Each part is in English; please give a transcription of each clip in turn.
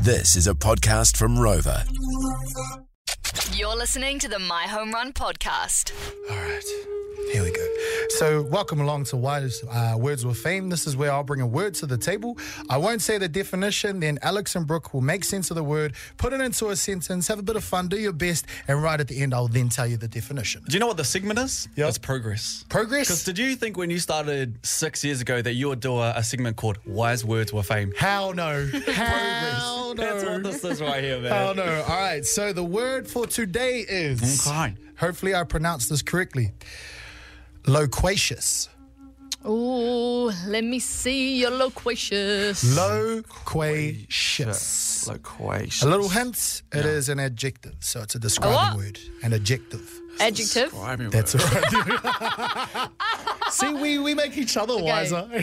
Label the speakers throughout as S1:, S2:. S1: This is a podcast from Rover.
S2: You're listening to the My Home Run podcast.
S3: All right, here we go. So, welcome along to Wise uh, Words with Fame. This is where I'll bring a word to the table. I won't say the definition, then Alex and Brooke will make sense of the word, put it into a sentence, have a bit of fun, do your best, and right at the end, I'll then tell you the definition.
S4: Do you know what the segment is?
S3: Yep.
S4: It's progress. Because
S3: Progress?
S4: did you think when you started six years ago that you would do a, a segment called Wise Words with Fame?
S3: How no? How no?
S4: That's what this is right here, man.
S3: How no? All right, so the word for today is.
S4: Okay.
S3: Hopefully, I pronounced this correctly. Loquacious.
S2: Ooh, let me see your loquacious.
S3: Loquacious.
S5: Loquacious.
S3: A little hint, It is an adjective. So it's a
S2: what?
S3: describing word. An adjective.
S2: Adjective.
S3: That's all right. See, we, we make each other wiser.
S4: I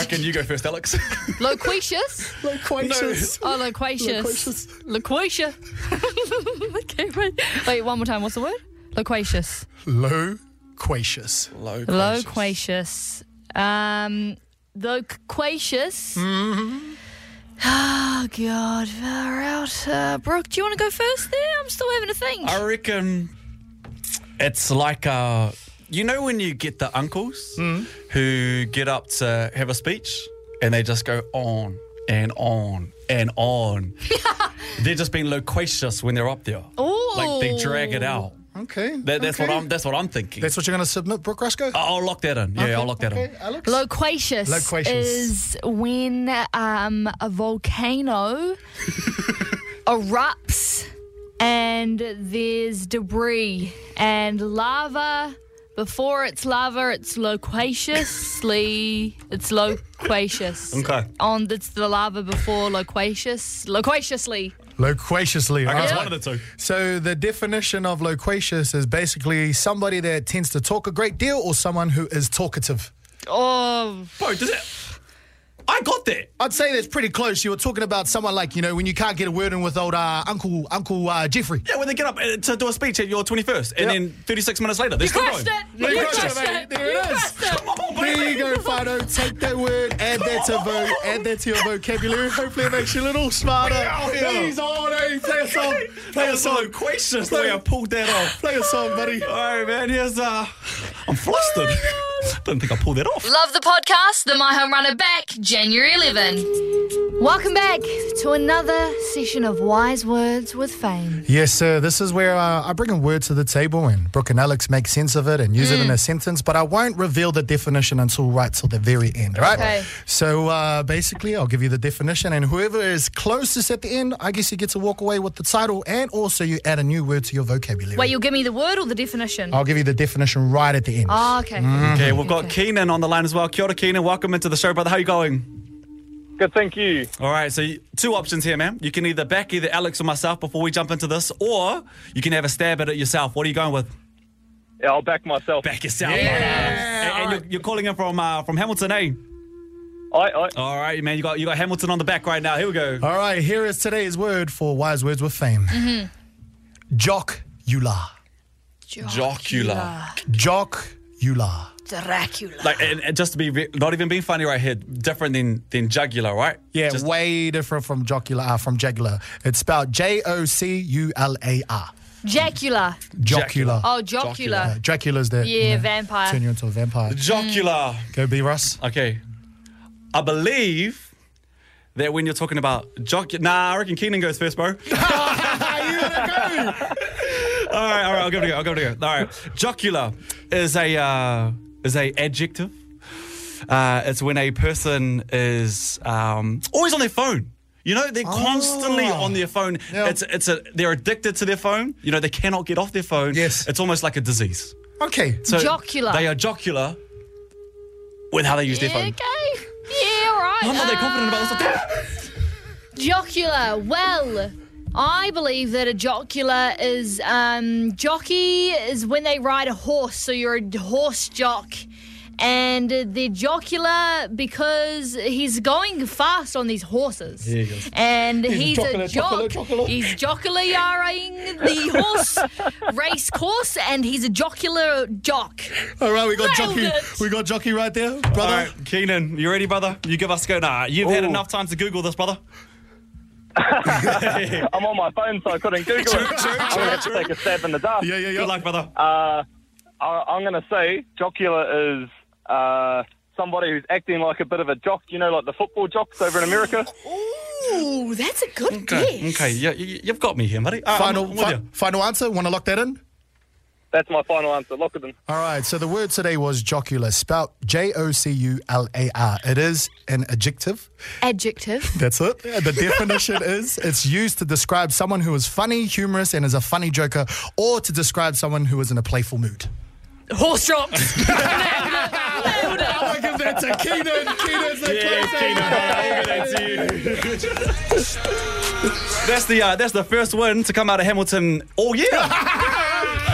S4: reckon you go first, Alex.
S2: Loquacious.
S3: Loquacious.
S2: Oh, loquacious. Loquacious. okay, wait. Wait, one more time. What's the word? Loquacious.
S3: Loquacious.
S2: Loquacious. Um, loquacious. Mm-hmm. Oh, God. Far out. Uh, Brooke, do you want to go first there? I'm still having to think.
S4: I reckon it's like uh you know when you get the uncles who get up to have a speech and they just go on and on and on. They're just being loquacious when they're up there.
S2: Ooh.
S4: Like they drag it out.
S3: Okay.
S4: That, that's
S3: okay.
S4: what I'm. That's what I'm thinking.
S3: That's what you're going to submit, Brooke Roscoe?
S4: I'll lock that in. Yeah, I'll lock that
S3: okay,
S4: in.
S3: Alex?
S2: Loquacious,
S3: Loquacious.
S2: is when um, a volcano erupts and there's debris and lava. Before it's lava, it's loquaciously. it's loquacious.
S4: Okay.
S2: On it's the lava before loquacious. Loquaciously.
S3: Loquaciously.
S4: Okay, it's
S3: alright.
S4: one of the two.
S3: So the definition of loquacious is basically somebody that tends to talk a great deal or someone who is talkative.
S2: Oh,
S4: Bro, does it? I got that.
S3: I'd say that's pretty close. You were talking about someone like, you know, when you can't get a word in with old uh, Uncle Uncle uh, Jeffrey.
S4: Yeah, when they get up uh, to do a speech at your 21st,
S3: Yep.
S4: and then 36 minutes later, they're
S2: you
S4: still
S2: crushed
S4: going.
S2: it!
S3: There
S2: You
S3: you go,
S2: crushed
S3: mate.
S2: it!
S3: There it
S2: You
S3: is.
S2: crushed it!
S4: Come on,
S3: There
S4: baby.
S3: you go, Fido. Take that word, add that to vo- add that to your vocabulary. Hopefully, it makes you a little smarter.
S4: Yeah.
S3: He's on, eh? Play a song. Play
S4: That
S3: a
S4: was
S3: song.
S4: loquacious the way I pulled that off.
S3: Play a song, buddy.
S4: All right, man. Here's uh, I'm flustered. Didn't think I pulled that off.
S2: Love the podcast, the My Home Runner back January 11. Welcome back to another session of Wise Words with Fame.
S3: Yes, sir. This is where uh, I bring a word to the table, and Brooke and Alex make sense of it and use it in a sentence. But I won't reveal the definition until right till the very end. All right.
S2: Okay.
S3: So uh, basically, I'll give you the definition, and whoever is closest at the end, I guess you get to walk away with the title, and also you add a new word to your vocabulary.
S2: Wait, you'll give me the word or the definition?
S4: Oh.
S3: I'll give you the definition right at the end.
S2: Oh, okay.
S4: Okay, we've got Keenan on the line as well. Kia ora, Keenan. Welcome into the show, brother. How you going?
S6: Good, thank you.
S4: All right, so you- two options here, man. You can either back either Alex or myself before we jump into this, or you can have a stab at it yourself. What are you going with?
S6: Yeah, I'll back myself.
S4: Back yourself. Yeah. And, and you're, you're calling in from uh, from Hamilton, eh?
S6: I, I,
S4: All right, man. You got you got Hamilton on the back right now. Here we go.
S3: All right, here is today's word for wise words with fame. Mm-hmm. Jocular.
S4: Jocular.
S3: Jocular.
S2: Dracula.
S4: Like, and, and just to be re- not even being funny right here, different than than jugular, right?
S3: Yeah,
S4: Just-
S3: way different from jocular, uh, from jugular. It's spelled J O C U L A R.
S2: Jacula.
S3: Jocular.
S2: Oh, Jocula.
S3: Uh, Dracula's the
S2: Yeah, vampire.
S3: Turn you into a vampire.
S4: jocular.
S3: Go B Russ.
S4: Okay. I believe that when you're talking about joc, nah, I reckon Keenan goes first, bro. all right, all right, I'll give it a go. I'll give it a go. All right, jocular is a uh, is a adjective. Uh, it's when a person is um, always on their phone. You know, they're constantly
S3: Oh.
S4: on their phone.
S3: Yeah.
S4: It's it's a they're addicted to their phone. You know, they cannot get off their phone.
S3: Yes.
S4: it's almost like a disease.
S3: Okay.
S4: So
S2: Jocular.
S4: They are jocular with how they use their
S2: Yeah,
S4: phone.
S2: okay. Yeah, all right.
S4: I'm not that
S2: Uh,
S4: Oh, confident about this.
S2: Jocula. Well, I believe that a jocula is um, jockey is when they ride a horse, so you're a horse jock. And they're jocular because he's going fast on these horses.
S4: he goes.
S2: And he's, a
S3: jocular, jocular,
S2: jock.
S3: jocular.
S2: He's jocularing the horse race course, and he's a jocular jock.
S3: All right, we got
S2: Nailed
S3: jockey.
S2: it.
S3: We got jockey right there,
S4: All
S3: brother.
S4: right, Keenan, you ready, brother? You give us a go. Nah, you've had
S3: Ooh.
S4: enough time to Google this, brother.
S6: I'm on my phone, so I couldn't Google it. I'm gonna have to take a stab in the dark.
S4: Yeah, yeah, yeah. Good luck, brother.
S6: I, I'm gonna say jocular is uh, somebody who's acting like a bit of a jock. You know, like the football jocks over in America.
S2: Ooh, that's a good
S4: okay,
S2: guess.
S4: okay. Yeah, you, you've got me here, buddy. Uh,
S3: Final,
S4: I'm, I'm with
S3: fi-
S4: you.
S3: final answer. Want to lock that in?
S6: That's my final answer. Lock it in.
S3: All right. So the word today was jocular, spelled J O C U L A R. It is an adjective.
S2: Adjective.
S3: That's it. The definition is it's used to describe someone who is funny, humorous, and is a funny joker, or to describe someone who is in a playful mood.
S2: Horse jocks.
S3: I give that to Keenan. Keenan's the
S4: That's the uh, that's the first win to come out of Hamilton all year.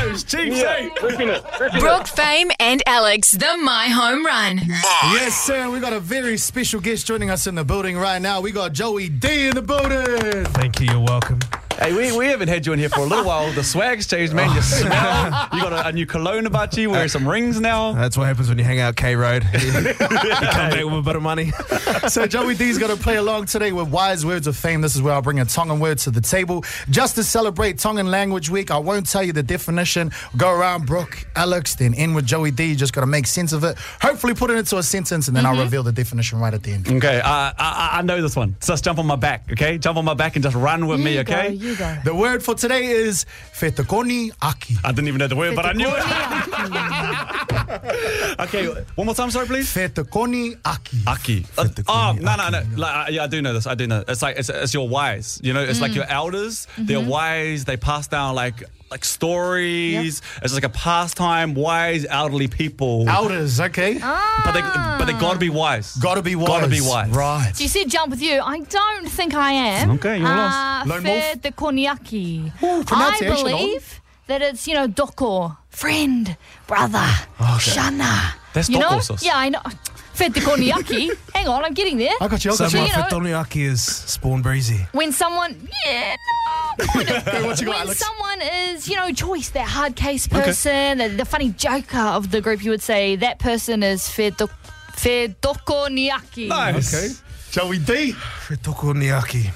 S4: Those Chiefs, eh?
S6: Ripping it. Ripping it.
S5: Brooke Fame and Alex, the My Home Run.
S3: Yes, sir. We got a very special guest joining us in the building right now. We got Joey D in the building.
S7: Thank you. You're welcome.
S4: Hey, we, we haven't had you in here for a little while. The swag's changed, man. You smell. You got a, a new cologne about you. Wearing some rings now.
S7: That's what happens when you hang out K Road. Uh, you come back with a bit of money.
S3: So Joey D's got to play along today with Wise Words of Fame. This is where I bring a Tongan word to the table. Just to celebrate Tongan Language Week, I won't tell you the definition. Go around Brooke, Alex, then in with Joey D. You just got to make sense of it. Hopefully put it into a sentence and then I'll reveal the definition right at the end.
S4: Okay, uh, I, I- I know this one. Just jump on my back, okay? Jump on my back and just run with me,
S2: You go,
S4: okay?
S2: you go.
S3: The word for today is fetakoni aki.
S4: I didn't even know the word, but I knew it. okay, one more time, sorry, please.
S3: Fetakoni aki.
S4: Aki. Uh, oh, no, no, no. Like, uh, yeah, I do know this. I do know. It's like it's, it's your wise. You know, it's
S2: Mm.
S4: like your elders.
S2: Mm-hmm.
S4: They're wise. They pass down like like stories. It's like a pastime. Wise elderly people.
S3: Elders, okay?
S4: But they but they gotta be wise.
S3: Ah. Gotta be wise.
S4: Gotta be wise.
S3: Right.
S2: You said jump with you. I don't think I am.
S4: Okay, you're
S2: uh,
S4: lost.
S3: Lone
S2: Fer
S3: wolf.
S2: de Koniaki.
S3: Ooh,
S2: I
S3: pronunciation, Olive.
S2: believe that it's, you know, doko, friend, brother,
S3: Oh,
S2: shana.
S4: That's
S2: you
S4: doko
S2: know?
S4: sauce.
S2: Yeah, I know. Fer de Koniaki. Hang on, I'm getting there.
S3: I got you. I got
S7: So
S3: you.
S2: you
S7: my
S2: know-
S7: Fatoniaki is Spawn Breezy.
S2: When someone, yeah, no, kind of.
S3: what you got,
S2: when
S3: Alex?
S2: someone is, you know, choice, that hard case person, the, the funny joker of the group, you would say that person is Fer de Koniaki.
S4: Nice. Okay.
S3: Joey D.
S7: Fatoniaki.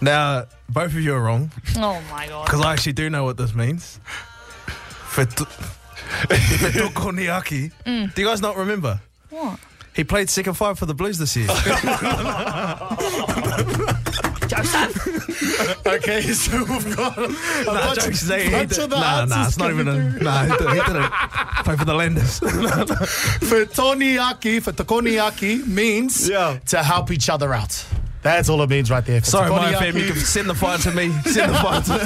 S7: Now, both of you are wrong
S2: Oh my god.
S7: because I actually do know what this means. Fato- Fatoniaki. Do you guys not remember?
S2: What?
S7: He played second five for the Blues this year.
S3: Okay, so we've got a
S7: nah,
S3: bunch
S7: jokes.
S3: of-
S7: They, he
S3: bunch
S7: did,
S3: of the
S7: nah, nah,
S3: answers
S7: it's not even a. Nah, he didn't, he didn't play for the Landers.
S3: Fatoniaki, fatakoniaki means
S4: Yeah.
S3: to help each other out. That's all it means right there.
S7: Sorry, my
S3: Fatakoniaki.
S7: fam, you can send the fire to me. Send the fire to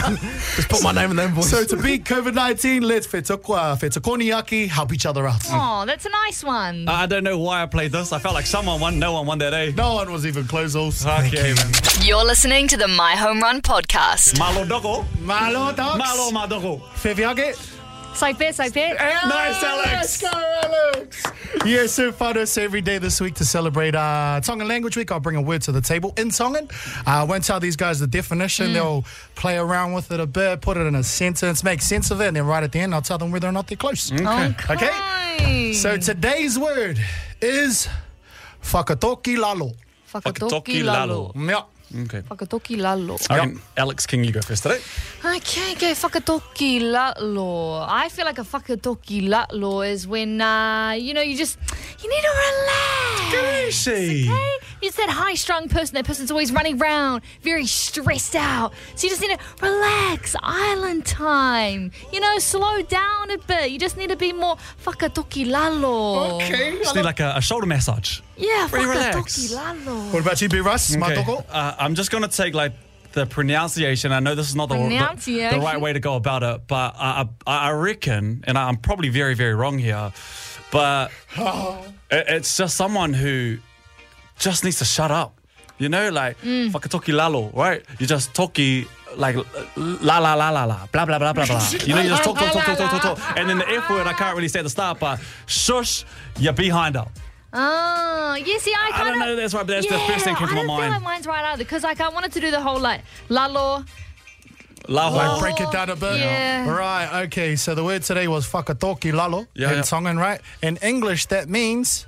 S7: Just put my name in the invoice.
S3: So to beat COVID 19, let's fatakwa- fatakoniaki help each other out.
S2: Oh, that's a nice one.
S4: I don't know why I played this. I felt like someone won. No one won that day.
S3: No one was even close, also.
S4: Okay, man.
S5: You're listening to the My Home Run podcast.
S4: Malo dogo.
S3: Malo, dogs.
S4: Malo madogo.
S3: Feviage.
S2: Side bit, side bit.
S4: Nice, Alex.
S3: Let's go, Alex. Yes, so Fados every day this week to celebrate uh, Tongan Language Week. I'll bring a word to the table in Tongan. I won't tell these guys the definition. They'll play around with it a bit, put it in a sentence, make sense of it, and then right at the end, I'll tell them whether or not they're close.
S2: Okay.
S3: Okay. So today's word is Fakatoki Lalo.
S2: Fakatoki
S4: Fakatoki
S2: lalo.
S4: lalo.
S3: Yeah.
S4: Okay.
S2: Fakatoki lalo.
S4: I reckon Alex King, you go first today.
S2: Okay, okay, fakatoki lalo. I feel like a fakatoki lalo is when, uh, you know, you just, you need to relax.
S4: She.
S2: Okay? It's that high strung person. That person's always running around, very stressed out. So you just need to relax, island time. You know, slow down a bit. You just need to be more fakatoki lalo.
S4: Just need like a, a shoulder massage.
S2: Yeah,
S4: Really
S2: fakatoki
S4: relax.
S2: lalo.
S3: What about you, B. Russ? Matoko?
S4: Uh, I'm just gonna take like the pronunciation. I know this is not the, the, the right way to go about it, but I, I, I reckon, and I'm probably very very wrong here, but it- it's just someone who just needs to shut up. You know, like
S3: Mm.
S4: fakatoki lalo, right? You just talkie like la la la la la blah blah blah blah blah. You know, you just talk talk talk talk talk talk, talk. and then the F word I can't really say at the start, but shush, you're behind up.
S2: Oh, yeah, see, I
S4: I
S2: kind
S4: don't
S2: of.
S4: know. That's right. But that's the first thing came to
S2: I
S4: my
S2: don't feel like
S4: mind.
S2: mine's right either because like I wanted to do the whole like lalo.
S4: Lalo.
S3: Like break it down a bit.
S2: Yeah.
S3: Right, okay. So the word today was fakatoki lalo
S4: Yeah,
S3: in
S4: yeah.
S3: Tongan, right? In English, that means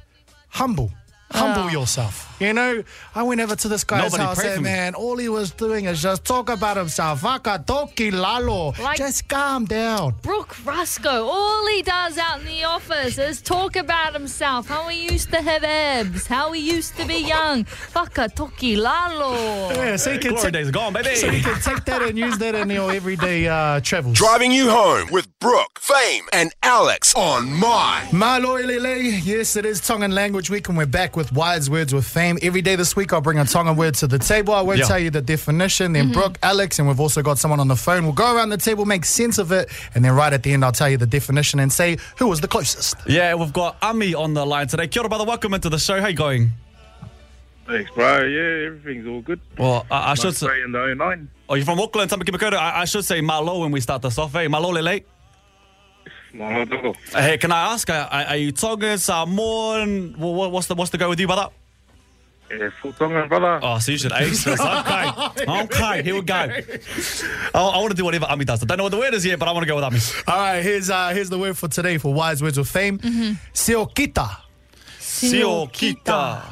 S3: humble. Humble yourself. You know, I went over to this guy's
S4: Ah. Nobody
S3: house
S4: prayed for
S3: and
S4: me.
S3: man, all he was doing is just talk about himself. Fakatoki lalo.
S2: Like-
S3: just calm down.
S2: Brooke Rusco, all he does out in the office is talk about himself, how he used to have abs, how he used to be young. Fakatoki lalo.
S3: Yeah, so you can,
S4: Oh, Glory
S3: take,
S4: days are gone, baby.
S3: so you can take that and use that in your everyday uh, travels.
S1: Driving you home with Brooke, Fame, and Alex on My.
S3: Malo Lele, yes, it is Tongan Language Week, and we're back with Wise Words with Fame. Every day this week, I'll bring a Tongan word to the table. I won't
S4: Yeah.
S3: tell you the definition,
S2: Mm-hmm.
S3: then Brooke, Alex, and we've also got someone on the phone. We'll go around the table, make sense of it, and then right at the end, I'll tell you the definition and say who was the closest.
S4: Yeah, we've got Ami on the line today. Kia ora, brother. Welcome into the show. How you going?
S6: Thanks, bro. Yeah, everything's all good.
S4: Well, I, I should say.
S6: in the 09.
S4: Oh, you're from Auckland, Tamaki Makaurau. I, I should say malo when we start this off, eh? Malo lele. Uh, Hey, can I ask, are, are are you Tongan, Samoan? Wha- wha- What's the, what's the go with you, brother?
S6: Yeah, full Tongan, Eh, brother.
S4: Oh, so you should ace this. Okay. Okay, here we go. I, I want to do whatever Ami does. I don't know what the word is yet, but I want to go with Ami.
S3: All right, here's uh, here's the word for today for Wise Words with Fame.
S2: Mm-hmm.
S3: Seokita.
S4: Sio kita.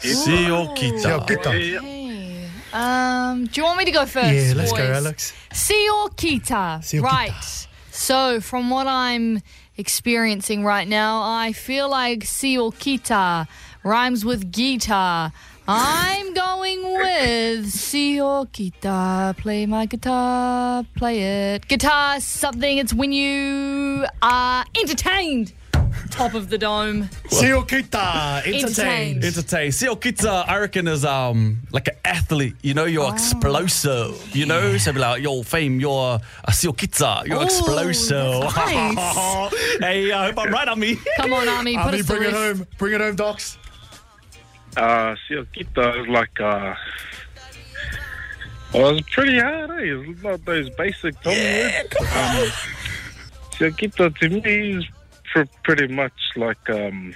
S4: Sio
S3: Seokita.
S4: kita.
S2: Okay. Um, do you want me to go first?
S3: Yeah, let's go,
S2: boys?
S3: Alex.
S2: Seokita.
S3: Seokita.
S2: Right. So, from what I'm experiencing right now, I feel like Seokita rhymes with guitar. I'm going with Seokita. Play my guitar, play it. Guitar is something, it's when you are entertained. Top of the dome.
S3: Seokita. Entertained.
S2: Entertained.
S4: Entertain. Sio kita, I reckon, is um like an athlete. You know, you're explosive. You know, so be like, yo, fame, you're a Sio kita, you're
S2: Ooh,
S4: explosive.
S2: that's nice.
S4: hey, I hope I'm right, Ami.
S2: Come on, Army, put
S3: Ami,
S2: us to
S3: bring it
S2: rest.
S3: home. Bring it home, Docs.
S6: Uh, Siokita is like, uh, well, it's pretty hard, eh? It's not those basic Tongan words. Um, Siokita to me is pr- pretty much like, um,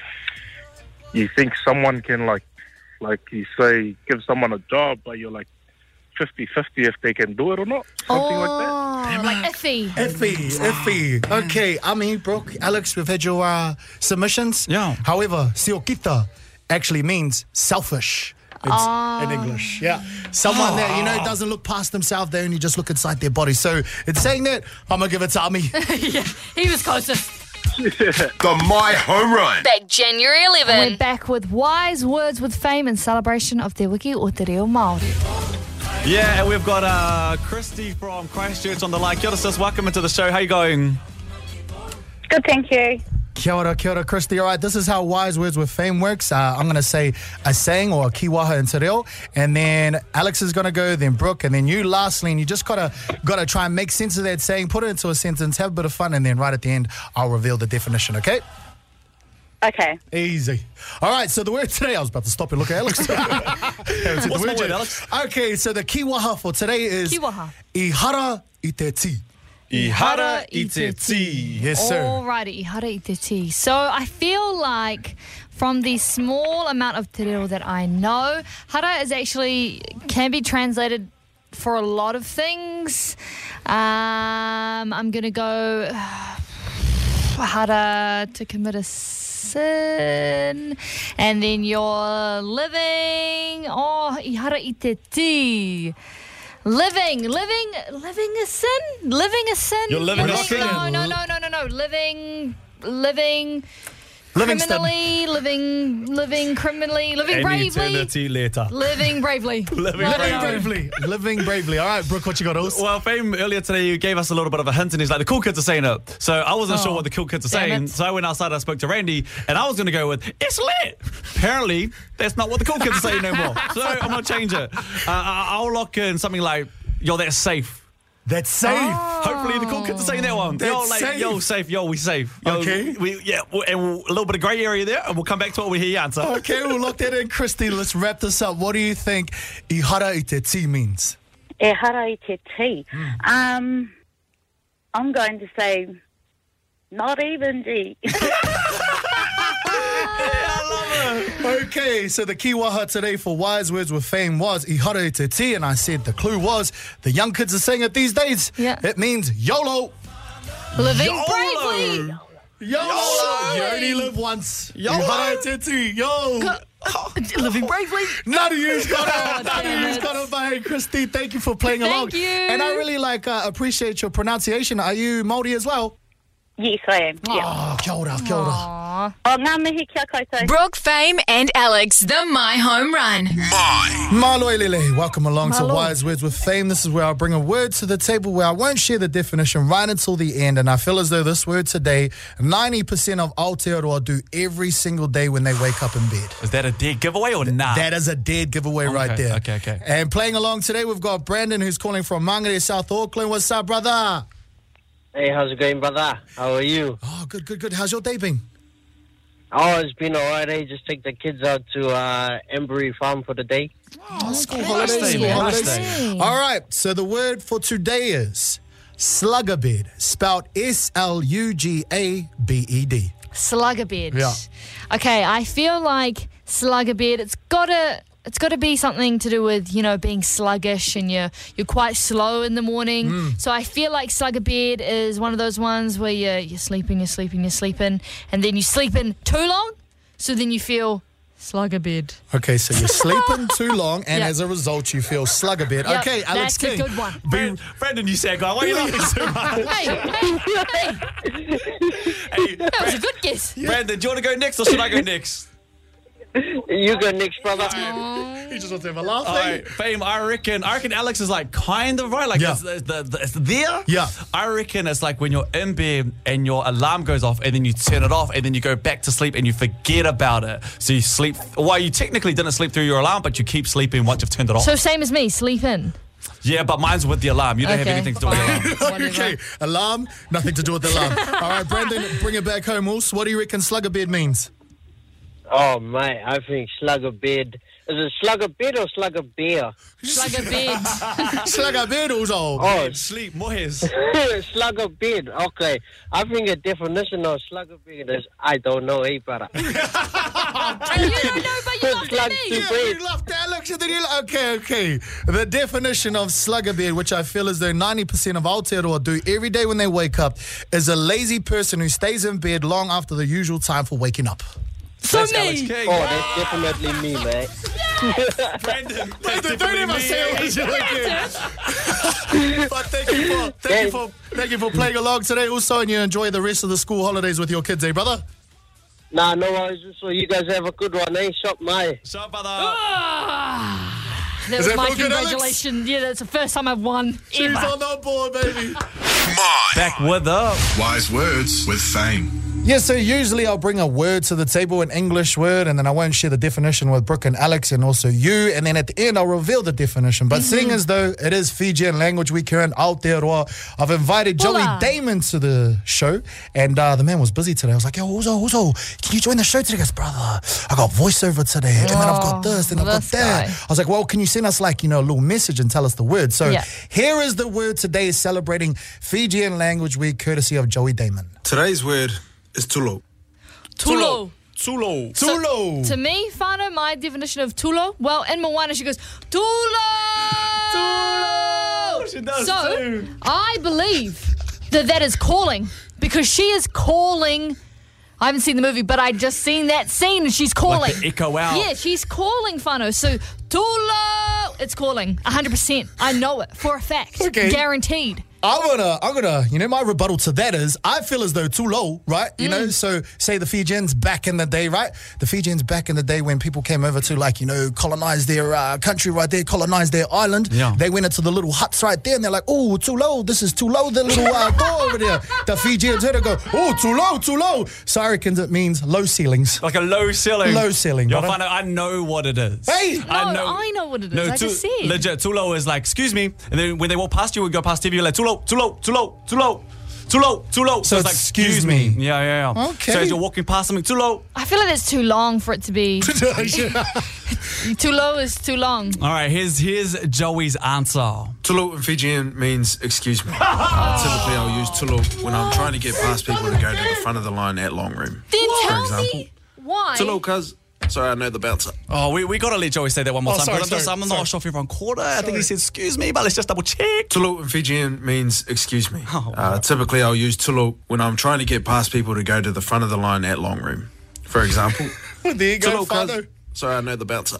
S6: you think someone can, like, like you say, give someone a job, but you're like 50 50 if they can do it or not. Something like that.
S2: Oh, like iffy.
S3: Iffy, iffy. Okay, I'm here, Brooke. Alex, we've had your uh, submissions.
S4: Yeah.
S3: However, seokita actually means selfish. It's in English. Yeah. Someone that, you know, doesn't look past themselves, they only just look inside their body. So it's saying that, I'm going to give it to Ami.
S2: He was closest.
S1: The My Home Run.
S5: Back January 11.
S2: We're back with wise words with fame in celebration of Te Wiki o Te Reo Māori.
S4: Yeah, and we've got uh Christy from Christchurch on the line. Kia ora, sis. Welcome into the show. How you going?
S8: Good, thank you.
S3: Kia ora, kia ora, Christy. All right, this is how Wise Words with Fame works. Uh, I'm going to say a saying or a kiwaha in te reo, and then Alex is going to go, then Brooke, and then you lastly. And you just got to got to try and make sense of that saying, put it into a sentence, have a bit of fun, and then right at the end, I'll reveal the definition, okay?
S8: Okay.
S3: Easy. All right, so the word today, I was about to stop and look at Alex. What's
S4: my word, Alex?
S3: Okay, so the kiwaha for today is
S2: Kiwaha.
S3: ihara i te ti.
S4: Ihara i te ti.
S3: Yes, sir.
S2: Alrighty, ihara i te ti. So I feel like from the small amount of te reo that I know, hara is actually can be translated for a lot of things. Um, I'm gonna go hara to commit a sin, and then you're living. Oh, ihara i te ti. Living, living, living a sin, living a sin.
S4: You're living a sin.
S2: No, no, no, no, no, no. Living, living.
S3: Livingston.
S2: Criminally, living, living criminally, living
S4: An
S2: bravely,
S4: eternity later.
S2: living bravely,
S4: Living
S2: No, no,
S3: Living
S2: no.
S3: bravely. Living bravely. All right, Brooke, what you got, else?
S4: Well, Fame earlier today, you gave us a little bit of a hint, and he's like, the cool kids are saying it. So I wasn't
S2: Oh,
S4: sure what the cool kids are
S2: damn
S4: saying.
S2: it.
S4: So I went outside, I spoke to Randy, and I was going to go with, it's lit. Apparently, that's not what the cool kids are saying no more. So I'm going to change it. Uh, I- I'll lock in something like, yo, that's safe.
S3: That's safe.
S4: Hopefully, the cool kids are saying that one. yo,
S3: That's
S4: like,
S3: safe.
S4: yo, safe, yo, we safe. Yo,
S3: Okay.
S4: We, yeah, we- and we'll, a little bit of grey area there, and we'll come back to what we hear you answer.
S3: Okay, we'll lock that in, Christy. Let's wrap this up. What do you think ihara i te ti means?
S8: E hara i te ti.
S9: Hmm.
S8: Um, I'm going to say, not even D.
S3: Okay, so the kiwaha today for Wise Words with Fame was ihara i te ti, and I said the clue was the young kids are saying it these days.
S2: Yeah.
S3: It means YOLO.
S2: living
S4: YOLO.
S2: bravely.
S3: YOLO! You only live once. YOLO! Yo!
S2: Living bravely.
S3: None of you's got it. None of
S2: damn
S3: you's
S2: it.
S3: got it. But hey, Christy, thank you for playing
S2: Thank
S3: along.
S2: you.
S3: And I really like uh, appreciate your pronunciation. Are you Māori as well?
S10: Yes, I am. Yeah.
S3: Oh, kia ora, kia ora.
S10: Oh, ngā mihi kia koutou.
S5: Brooke, Fame, and Alex, the My Home Run.
S11: My.
S3: Malo Lele, welcome along to
S2: Malo.
S3: Wise Words with Fame. This is where I bring a word to the table where I won't share the definition right until the end. And I feel as though this word today, 90% of Aotearoa do every single day when they wake up in bed.
S4: Is that a dead giveaway or not?
S3: That is a dead giveaway right
S4: Okay,
S3: there.
S4: okay, okay.
S3: And playing along today, we've got Brandon who's calling from Mangere, South Auckland. What's up, brother?
S12: Hey, how's it going, brother? How are you?
S3: Oh, good, good, good. How's your day been?
S12: Oh, it's been alright. eh? Just take the kids out to uh, Embury Farm for the day.
S3: School
S4: holidays, man.
S3: holidays.
S4: Holidays.
S3: All right. So the word for today is slugabed. Spelled S L U G A B E D.
S2: Slugger bed.
S3: Yeah.
S2: Okay, I feel like slugger bed. It's gotta. It's got to be something to do with you know being sluggish and you're you're quite slow in the morning.
S3: Hmm.
S2: So I feel like slugger bed is one of those ones where you're you're sleeping, you're sleeping, you're sleeping, and then you sleep in too long. So then you feel slugger bed.
S3: Okay, so you're sleeping too long, and
S2: Yeah.
S3: as a result, you feel slugabed.
S2: Yep,
S3: okay, Alex
S2: that's a
S3: King.
S2: good one.
S3: Be,
S4: Brandon, you sad guy. Why are you laughing so much?
S2: hey, hey, hey,
S4: Hey,
S2: that was a good guess.
S4: Brandon, do you want to go next or should I go next?
S12: You go next, brother.
S3: he just wants to have a laugh.
S4: All
S3: eh?
S4: right, fame. I reckon. I reckon Alex is like kind of right. Like
S3: Yeah.
S4: it's, it's the, the, it's there.
S3: Yeah.
S4: I reckon it's like when you're in bed and your alarm goes off, and then you turn it off, and then you go back to sleep and you forget about it. So you sleep. Well, you technically didn't sleep through your alarm, but you keep sleeping once you've turned it off.
S2: So same as me, sleep in.
S4: yeah, but mine's with the alarm. You don't have
S2: Okay,
S4: anything to do with the
S2: fine.
S4: alarm.
S2: Whatever.
S3: Okay, alarm, nothing to do with the alarm. All right, Brandon, bring it back home, Wolves. What do you reckon slugabed means?
S12: Oh, mate, I think slug of bed. Is it slug of bed or slug of beer?
S2: Slugger bed.
S3: Slugabed, also.
S12: Oh,
S4: Sleep, mohes.
S12: slug of bed. Okay. I think a definition of slug of bed is I don't know, eh, brother?
S2: you don't know, but you
S12: It's
S2: laughed
S12: like
S2: at me.
S12: to
S3: Yeah, you laughed, Alex, and then you la- Okay, okay. The definition of slugabed, which I feel is though 90% of Aotearoa do every day when they wake up, is a lazy person who stays in bed long after the usual time for waking up.
S2: So
S4: That's Alex
S2: me.
S4: King.
S12: Oh, that's definitely me, mate.
S4: Brandon, that's
S3: Don't
S4: definitely
S3: ever
S4: me.
S3: say it was you again. But thank you for thank you for thank you for playing along today also and you enjoy the rest of the school holidays with your kids, eh brother?
S12: Nah, no worries. So you guys have a good one, eh? Shop my.
S4: Shut up, brother.
S2: That was
S3: that
S2: my
S3: feel good, Alex?
S2: congratulations. Yeah, that's the first time I've won
S3: He's
S2: ever.
S3: on the board, baby.
S11: My.
S4: Back with up.
S11: Wise words with fame.
S3: Yeah, so usually I'll bring a word to the table, an English word, and then I won't share the definition with Brooke and Alex and also you. And then at the end, I'll reveal the definition. But
S2: Mm-hmm.
S3: seeing as though it is Fijian language week here in Aotearoa, I've invited Joey
S2: Hola.
S3: Damon to the show. And uh, the man was busy today. I was like, yo, Uzo, Uzo, can you join the show today? He goes, brother, I got voiceover today. And then I've got
S2: Oh,
S3: this, and I've got
S2: this
S3: that.
S2: guy.
S3: I was like, well, can you send us like, you know, a little message and tell us the word? So
S2: Yeah.
S3: here is the word today celebrating Fijian language week courtesy of Joey Damon.
S13: Today's word is tulo.
S2: Tulo.
S4: Tulo.
S3: Tulo.
S2: To me, Fana, my definition of tulo, well, in Moana, she goes, Tulo! Tulo!
S4: She does
S2: so,
S4: too.
S2: I believe that that is calling because she is calling. I haven't seen the movie, but I just seen that scene and she's calling.
S4: Like the echo out.
S2: Yeah, she's calling Fano. So, Tulo! It's calling. 100%. I know it for a fact.
S3: Okay.
S2: Guaranteed.
S3: I'm gonna, I'm gonna, you know, my rebuttal to that is I feel as though too low, right? You know, so say the Fijians back in the day, right? The Fijians back in the day when people came over to like, you know, colonize their uh, country right there, colonize their island.
S4: Yeah.
S3: They went into the little huts right there and they're like, oh, too low, this is too low, the little uh, door over there. The Fijians heard it go, oh, too low, too low. So I reckon it means low ceilings.
S4: Like a low ceiling.
S3: Low ceiling,
S4: You'll
S3: brother.
S4: find out. I know what it is.
S3: Hey!
S2: No, I know what it is. I
S4: tu-
S2: just said.
S4: Legit, Tulo is like, excuse me. And then when they walk past you, we go past TV, you're like, Tulo, Tulo, Tulo, Tulo, Tulo, Tulo.
S3: So it's
S4: like,
S3: excuse me.
S4: Yeah, yeah, yeah.
S3: Okay.
S4: So as you're walking past something, Tulo.
S2: I feel like that's too long for it to be. too low is too long.
S4: All right, here's here's Joey's answer.
S13: Tulo in Fijian means excuse me. Typically, I'll use tulo when I'm trying to get past people to go to the front of the line at long room.
S2: Then
S13: For
S2: tell
S13: example.
S2: me why.
S13: Tulo, cuz. Sorry, I know the bouncer.
S4: Oh, we, we got to let Joey say that one more
S13: Oh,
S4: time.
S13: sorry,
S4: 'cause I'm just-
S13: sorry,
S4: I'm not
S13: sorry.
S4: sure if everyone caught it. I think he said, excuse me, but let's just double check.
S13: Tulu in Fijian means excuse me.
S11: Oh,
S13: uh, typically, I'll use tulu when I'm trying to get past people to go to the front of the line at long room. For example,
S7: there you go,
S13: Tulu cuz-
S7: Fado.
S13: Sorry, I know the bouncer.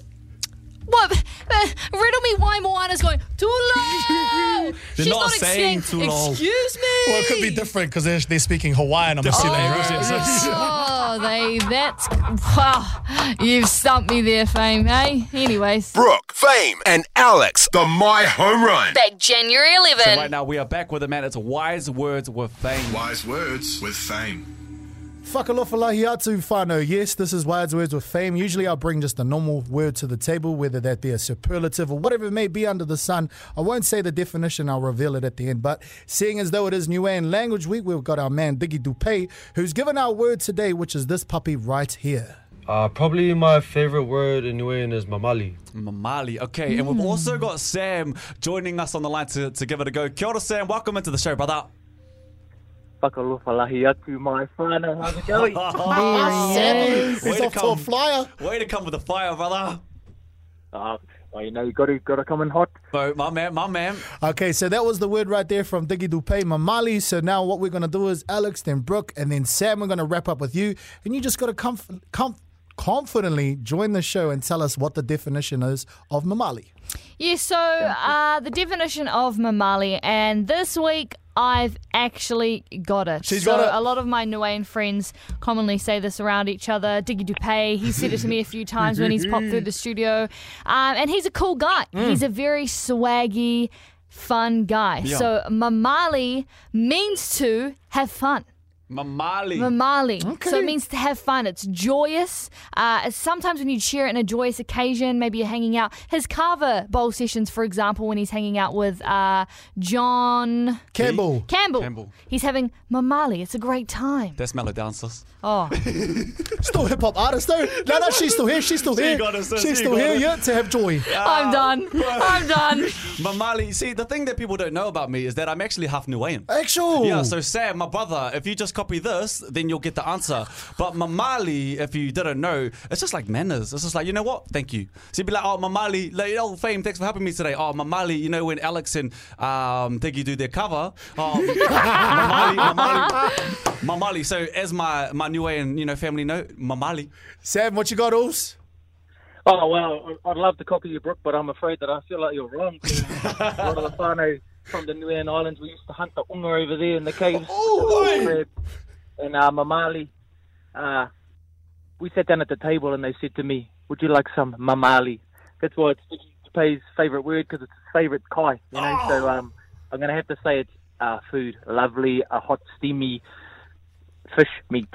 S2: What? Uh, riddle me why Moana's going, Tula!
S7: They're
S2: She's
S7: not
S2: not,
S7: saying
S2: extinct.
S7: Tula.
S2: Excuse me!
S7: Well, it could be different because they're, they're speaking Hawaiian. I'm assuming. right? So it's-
S2: Oh, they, that's, wow, you've stumped me there, Fame, eh? Anyways.
S1: Brooke, Fame, and Alex, the My Home Run.
S2: Back January 11.
S4: So right now we are back with a man. It's wise words with fame.
S14: Wise words with fame.
S3: Fakalofalahiatu whānau. Yes, this is Wise Words with Fame. Usually I'll bring just a normal word to the table, whether that be a superlative or whatever it may be under the sun. I won't say the definition, I'll reveal it at the end. But seeing as though it is New Zealand Language Week, we've got our man Diggy Dupe, who's given our word today, which is this puppy right here.
S9: Uh, probably my favorite word in Nuan is mamali.
S4: Mamali. Okay, and we've also got Sam joining us on the line to, to give it a go. Kia ora, Sam. Welcome into the show, brother.
S12: Whakalofa atu mai whānau. How's it going?
S4: Way
S12: He's
S4: to
S12: off to a
S4: come-
S12: flyer.
S4: Way to come with a fire, brother.
S12: Uh, well, you know, you got to got to come in hot.
S4: So, my man, my man.
S3: Okay, so that was the word right there from Diggy Dupe Mamali. So now what we're going to do is Alex, then Brooke, and then Sam, we're going to wrap up with you. And you just got to comf- comf- confidently join the show and tell us what the definition is of Mamali.
S2: Yeah, so uh, the definition of Mamali, and this week I've actually got it.
S15: She's
S2: so
S15: got it.
S2: A lot of my Nuan friends commonly say this around each other. Diggy Dupe, he said it to me a few times when he's popped through the studio. Um, and he's a cool guy.
S15: Mm.
S2: He's a very swaggy, fun guy.
S4: Yeah.
S2: So Mamali means to have fun.
S4: Mamali.
S2: Mamali. So it means to have fun. It's joyous. Uh, it's sometimes when you share it in a joyous occasion, maybe you're hanging out. His carver bowl sessions, for example, when he's hanging out with uh, John
S4: Campbell.
S2: Campbell.
S4: Campbell.
S2: He's having Mamali. It's a great time.
S4: That's mellow down, sis.
S2: Oh.
S3: Still hip hop artist though. No, no, she's still here. She's still
S4: She
S3: here.
S4: got it, sis,
S3: she's
S4: she
S3: still
S4: got
S3: here.
S4: it.
S3: Yeah, to have joy.
S2: I'm done. I'm done.
S4: Mamali, see, the thing that people don't know about me is that I'm actually half Nuan.
S3: Actual.
S4: Yeah, so Sam, my brother, if you just copy this, then you'll get the answer. But Mamali, if you didn't know, it's just like manners. It's just like, you know what? Thank you. So you'd be like, oh, Mamali, like, oh, fame, thanks for helping me today. Oh, Mamali, you know, when Alex and um, Diggy do their cover, oh, Mamali, Mamali, Mamali. So as my, my Nuan, you know, family know, Mamali.
S3: Sam, what you got, Oos?
S12: Oh well, I- I'd love to copy you, Brooke, but I'm afraid that I feel like you're wrong. a lot of the whānau from the Nuan Islands, we used to hunt the unga over there in the caves, the crab, and uh, mamali. Uh, we sat down at the table and they said to me, "Would you like some mamali?" That's why it's Vicky Pay's favourite word because it's his favourite kai, you know. So um, I'm going to have to say it's uh, food, lovely, a hot, steamy fish meat.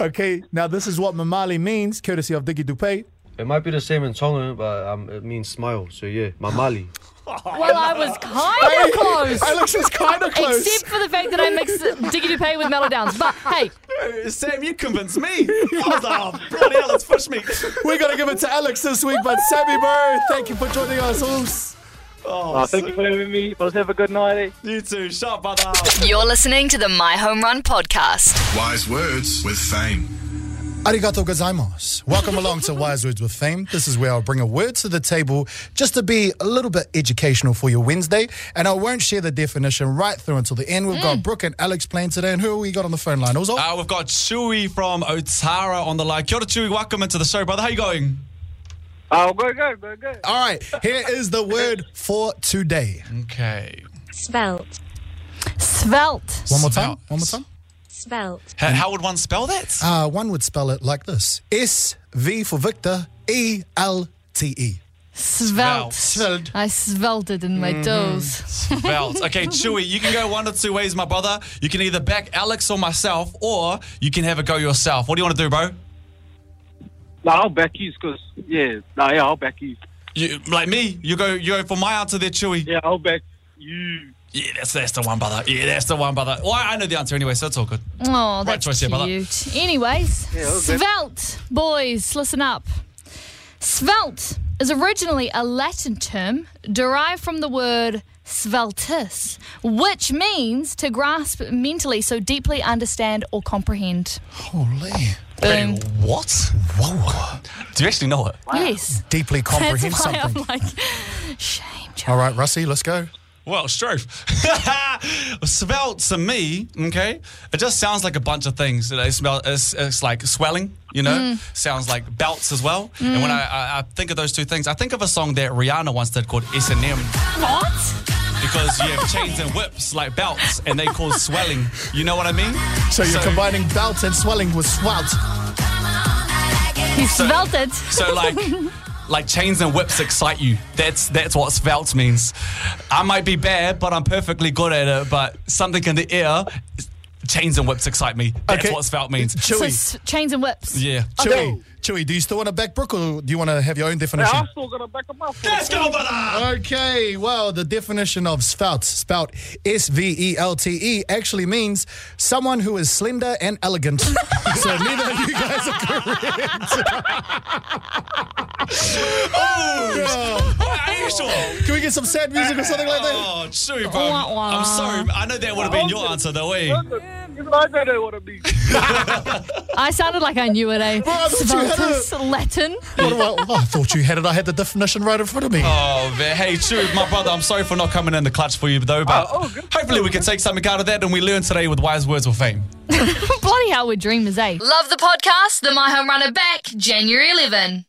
S3: Okay, now this is what Mamali means, courtesy of Diggy Dupe.
S9: It might be the same in Tonga, but um, it means smile. So yeah, mamali.
S2: Well, I was kind
S3: Hey,
S2: of close.
S3: Alex was kinda close.
S2: Except for the fact that I mixed Diggy Dupe with Mellow Downs. But hey,
S4: Sam, you convinced me. I was like, oh, bloody hell, it's fish meat.
S3: We're gonna give it to Alex this week, but Sammy Bird, thank you for joining us, Oos.
S12: Oh, thank you for having me. Let's have a good night. Eh?
S4: You too. Shut up,
S5: You're listening to the My Home Run podcast.
S14: Wise words with fame.
S3: Arigato gozaimasu. Welcome along to Wise Words with Fame. This is where I'll bring a word to the table just to be a little bit educational for your Wednesday. And I won't share the definition right through until the end. We've got
S4: Mm.
S3: Brooke and Alex playing today. And who we got on the phone line? Also,
S4: Uh, we've got Chewy from Otara on the line. Kia ora, Chewy. Welcome into the show, brother. How you going?
S12: Oh, good, good, good, good.
S3: All right, here is the word for today.
S4: Okay.
S16: Svelte.
S2: Svelte.
S3: One more time. One more time.
S16: Svelte.
S4: How, would one spell that?
S3: Uh, one would spell it like this S V for Victor, E L T E.
S2: svelte.
S4: Svelte.
S2: I svelted in my
S4: Mhm.
S2: toes.
S4: Belt. Okay, Chewy, you can go one or two ways, my brother. You can either back Alex or myself, or you can have a go yourself. What do you want to do, bro?
S12: No, I'll back you because yeah, no, yeah, I'll back you.
S4: You, like me, you go you go for my answer there, Chewy.
S12: Yeah, I'll back you.
S4: Yeah, that's that's the one, brother. Yeah, that's the one, brother. Well, I know the answer anyway, so it's all good.
S2: Oh,
S4: Right
S2: that's
S4: choice there, brother.
S2: cute. Anyways,
S4: Yeah, all good.
S2: svelte, boys, listen up. Svelte is originally a Latin term derived from the word sveltus, which means to grasp mentally, so deeply understand or comprehend.
S3: Holy.
S4: Boom. what? Whoa. Do you actually know it?
S2: Yes.
S3: Deeply comprehend
S4: That's why I'm
S3: something.
S2: like,
S3: All right, Rusty, let's go.
S4: Well, Strofe. Svelte to me, okay, it just sounds like a bunch of things. You know, It smell, it's, it's like swelling, you know,
S17: Mm.
S4: sounds like belts as well. And when
S17: Mm.
S4: I, I, I think of those two things, I think of a song that Rihanna once did called S&M
S2: What?
S4: because you have chains and whips like belts and they cause swelling. You know what I mean?
S3: So you're combining belt and swelling with swelt.
S2: You svelted.
S4: So like like chains and whips excite you. That's that's what svelte means. I might be bad, but I'm perfectly good at it. But something in the air, chains and whips excite me. That's
S3: Okay.
S4: what svelte means.
S3: Chewy.
S2: S- chains and whips.
S4: Yeah.
S3: Chewy, Chewy, do you still want to back Brooke or do you want to have your own definition?
S12: still gonna back him up.
S4: Let's go,
S3: Okay, well, the definition of spout, spout, S V E L T E, actually means someone who is slender and elegant. so neither of you guys are correct.
S4: oh, are you sure?
S3: Can we get some sad music or something like that?
S4: Oh, Chewy, bro. I'm sorry. I know that would have been your answer though, eh?
S12: Even I don't know what it means.
S2: I sounded like I knew it, eh?
S3: I thought you had
S2: Sveltus, Latin.
S3: What do I, oh, I thought you had it. I had the definition right in front of me.
S4: Oh man, hey Chewy, my brother, I'm sorry for not coming in the clutch for you though, but hopefully we can take something out of that and we learn today with wise words with fame.
S2: Bloody hell, we're dreamers, eh?
S5: Love the podcast? The My Home Runner back January 11.